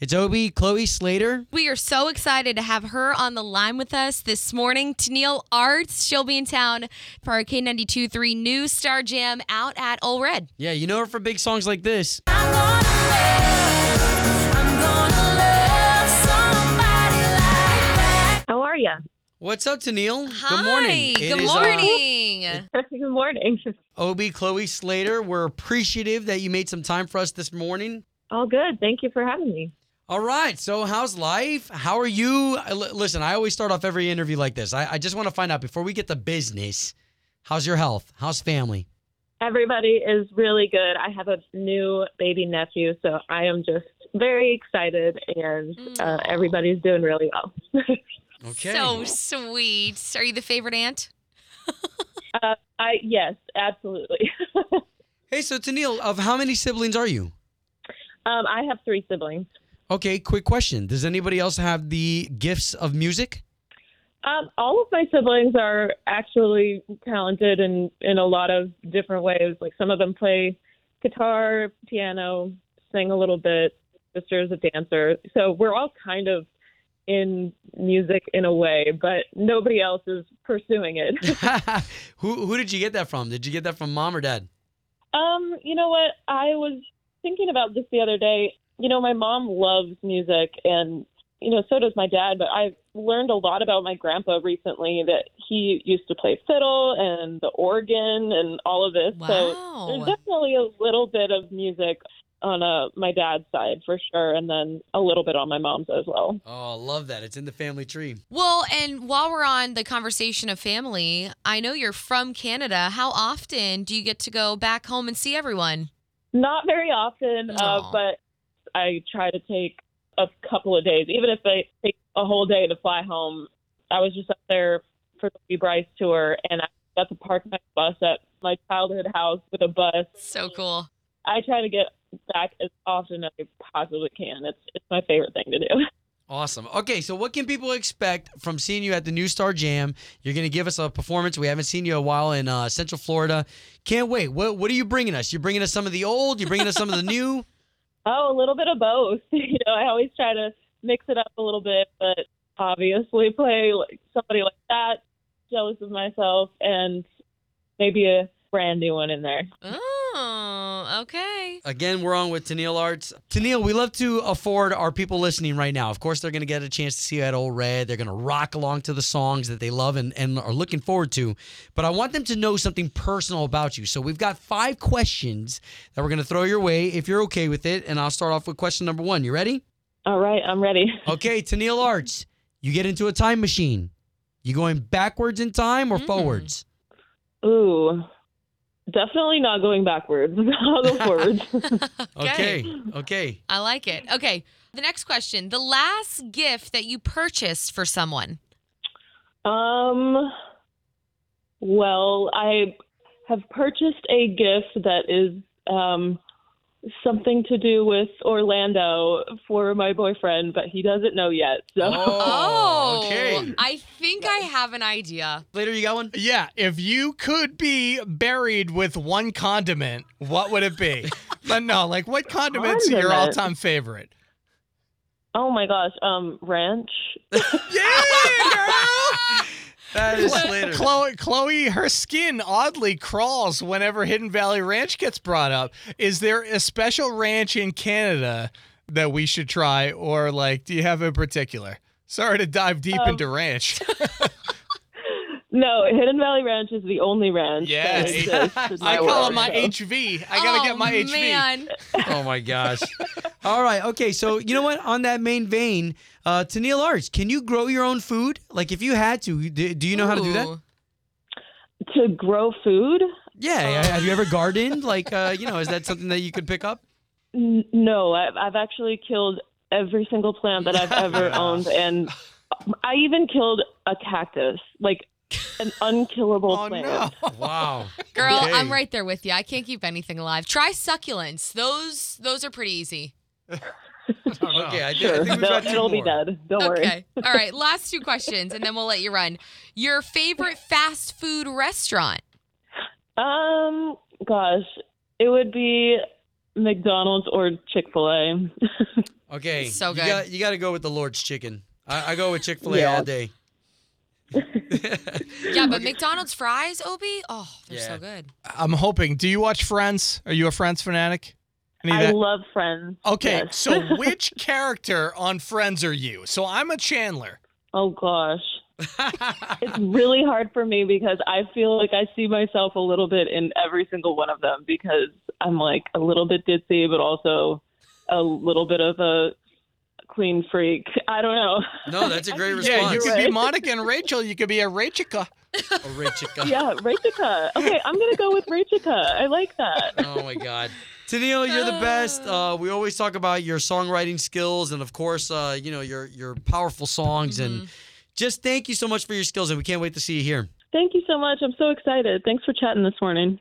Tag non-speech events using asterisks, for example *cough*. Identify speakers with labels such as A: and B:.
A: It's Obi, Chloe Slater.
B: We are so excited to have her on the line with us this morning. Tennille Arts, she'll be in town for our K92.3 New Star Jam out at Ole Red.
A: Yeah, you know her for big songs like this.
C: How are you?
A: What's up, Tennille?
B: Hi.
A: Good morning. It
B: Good
A: is, uh,
B: morning.
C: *laughs* Good morning. *laughs*
A: Obi, Chloe Slater, we're appreciative that you made some time for us this morning.
C: All good. Thank you for having me.
A: All right, so how's life? How are you? I- li- listen, I always start off every interview like this. I, I just want to find out before we get to business how's your health? How's family?
C: Everybody is really good. I have a new baby nephew, so I am just very excited, and uh,
B: Aw.
C: everybody's doing really well. *laughs*
B: So sweet. Are you the favorite aunt?
C: uh, I yes, absolutely. *laughs* um,
A: hey, so Tennille, of how many siblings are you?
C: Um, I have three siblings.
A: Okay, quick question. Does anybody else have the gifts of music? *laughs*
C: Um, all of my siblings are actually talented in in a lot of different ways. Like some of them play guitar, piano, sing a little bit. Sister's a dancer, so we're all kind of in music in a way, but nobody else is pursuing it. *laughs*
A: who who did you get that from? Did you get that from mom or dad?
C: Um, you know what? I was thinking about this the other day. You know, my mom loves music and you know, so does my dad, but I learned a lot about my grandpa recently that he used to play fiddle and the organ and all of this. So mm-hmm. there's
B: Wow.
C: definitely a little bit of music on uh, my dad's side for sure, and then a little bit on my mom's as well.
A: Oh, I love that. It's in the family tree.
B: Well, and while we're on the conversation of family, I know you're from Canada. How often do you get to go back home and see everyone?
C: Not very often,
B: Aw.
C: uh, but I try to take a couple of days, even if they take a whole day to fly home. I was just up there for the Lee Bryce tour, and I got to park my bus at my childhood house with a bus.
B: So cool.
C: I try to get back as often as I possibly can. It's it's my favorite thing to do.
A: Awesome. Okay, so what can people expect from seeing you at the New Star Jam? You're going to give us a performance. We haven't seen you a while in uh, Central Florida. Can't wait. What what are you bringing us? You're bringing us some of the old. You're bringing us some of the new.
C: Oh, a little bit of both. *laughs* You know, I always try to mix it up a little bit, but obviously play like somebody like that, jealous of myself, and maybe a brand new one in there.
B: Oh, okay.
A: Again, we're on with Tennille Arts. Tennille, we love to afford our people listening right now. Of course, they're going to get a chance to see you at Old Red. They're going to rock along to the songs that they love and, and are looking forward to. But I want them to know something personal about you. So we've got five questions that we're going to throw your way if you're okay with it. And I'll start off with question number one. You ready?
C: All right, I'm ready.
A: *laughs* Okay, Tennille Arts, you get into a time machine. You going backwards in time or
B: Mm.
A: forwards?
C: Ooh, definitely not going backwards. *laughs* I'll go forwards.
A: Okay. *laughs* Okay.
B: I like it. Okay. The next question The last gift that you purchased for someone.
C: um, well, I have purchased a gift that is um, something to do with Orlando for my boyfriend, but he doesn't know yet. So.
D: Oh.
A: Oh, okay.
B: Oh, I think I have an idea.
A: Later, you got one?
D: Yeah, if you could be buried with one condiment, what would it be? but no, like what condiments are your
C: Condiment?
D: all-time favorite?
C: *laughs* Oh my gosh, um, ranch.
D: Yeah, girl.
A: That is Slater.
D: Chloe, Chloe, her skin oddly crawls whenever Hidden Valley Ranch gets brought up. Is there a special ranch in Canada that we should try, or like, do you have in particular? Sorry to dive deep
C: Um,
D: into ranch.
C: No, Hidden Valley Ranch is the only ranch.
D: Yes.
C: that exists in
D: *laughs* I call
C: world,
D: it my
C: so.
D: HV. I gotta
B: Oh,
D: get my HV.
B: Man.
A: Oh my gosh. All right. Okay. So you know what? On that main vein, uh, Tennille Arts, can you grow your own food? Like if you had to, do, do you know how to do that?
B: Ooh.
C: To grow food?
A: Yeah.
B: Oh.
A: yeah. Have you ever gardened? Like uh, you know, is that something that you could pick up?
C: N- No, I've, I've actually killed every single plant that I've
D: *laughs*
C: ever owned, and I even killed a cactus, like
D: *laughs*
C: an unkillable
D: Oh
C: plant.
D: no.
A: Wow.
B: Girl,
A: Okay.
B: I'm right there with you. I can't keep anything alive. Try succulents. Those those are pretty easy.
D: *laughs*
A: Okay. I, think- I
C: Sure,
A: think we've
C: they'll-
A: got two
C: it'll be
A: more.
C: dead. Don't worry.
B: Okay. All right. Last two questions and then we'll let you run. Your favorite fast food restaurant.
C: Um, gosh, it would be McDonald's or Chick Fil A.
A: Okay.
B: It's so
A: You
B: good.
A: got, you got to go with the Lord's chicken. I, I go with Chick Fil A
C: Yeah.
A: all
C: *laughs*
A: day. *laughs*
B: Yeah, but McDonald's fries, Obi, oh, they're
A: Yeah.
B: so good.
D: I'm hoping. Do you watch Friends? Are you a Friends fanatic? Any of
C: I
D: that?
C: love Friends.
D: okay,
C: Yes.
D: so which
C: *laughs*
D: character on Friends are you? So I'm a Chandler.
C: oh gosh, it's really hard for me because I feel like I see myself a little bit in every single one of them because I'm like a little bit ditzy, but also a little bit of a clean freak. I don't know. *laughs*
A: no, that's a great
D: Yeah, you
A: response.
D: could be Monica and Rachel. You could be a Rachel.
A: Oh, Ray Chica.
C: Yeah, Rachika. Okay, I'm gonna go with Rachika. I like that.
A: Oh my *laughs* God, Tennille, you're the best. Uh, we always talk about your songwriting skills, and of course, uh, you know your your powerful songs. And just thank you so much for your skills, and we can't wait to see you here.
C: Thank you so much. I'm so excited. Thanks for chatting this morning.